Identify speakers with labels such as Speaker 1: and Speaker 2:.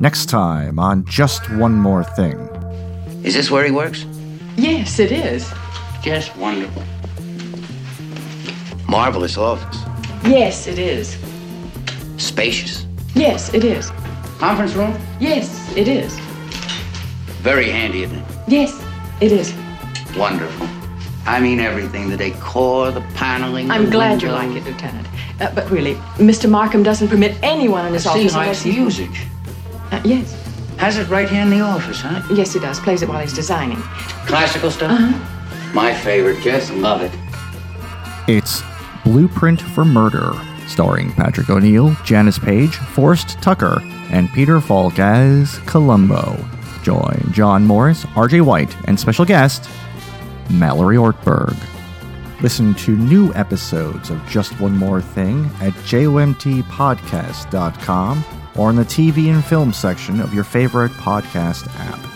Speaker 1: Next time on Just One More Thing.
Speaker 2: Is this where he works?
Speaker 3: Yes, it is.
Speaker 2: Just wonderful. Marvelous office.
Speaker 3: Yes, it is.
Speaker 2: Spacious.
Speaker 3: Yes, it is.
Speaker 2: Conference room?
Speaker 3: Yes, it is.
Speaker 2: Very handy, isn't it?
Speaker 3: Yes, it is.
Speaker 2: Wonderful. I mean everything the decor, the paneling.
Speaker 3: I'm
Speaker 2: the
Speaker 3: glad you
Speaker 2: windows.
Speaker 3: like it, Lieutenant. Uh, but really, Mr. Markham doesn't permit anyone in his
Speaker 2: She
Speaker 3: office unless
Speaker 2: likes
Speaker 3: he-
Speaker 2: music.
Speaker 3: Uh, yes,
Speaker 2: Has it right here in the office, huh?
Speaker 3: yes, he does. Plays it while he's designing.
Speaker 2: Classical stuff?
Speaker 3: Uh-huh.
Speaker 2: My favorite. Just love it.
Speaker 1: It's Blueprint for Murder, starring Patrick O'Neill, Janice Page, Forrest Tucker, and Peter Falk as Columbo. Join John Morris, RJ White, and special guest, Mallory Ortberg. Listen to new episodes of Just One More Thing at jomtpodcast.com or in the TV and film section of your favorite podcast app.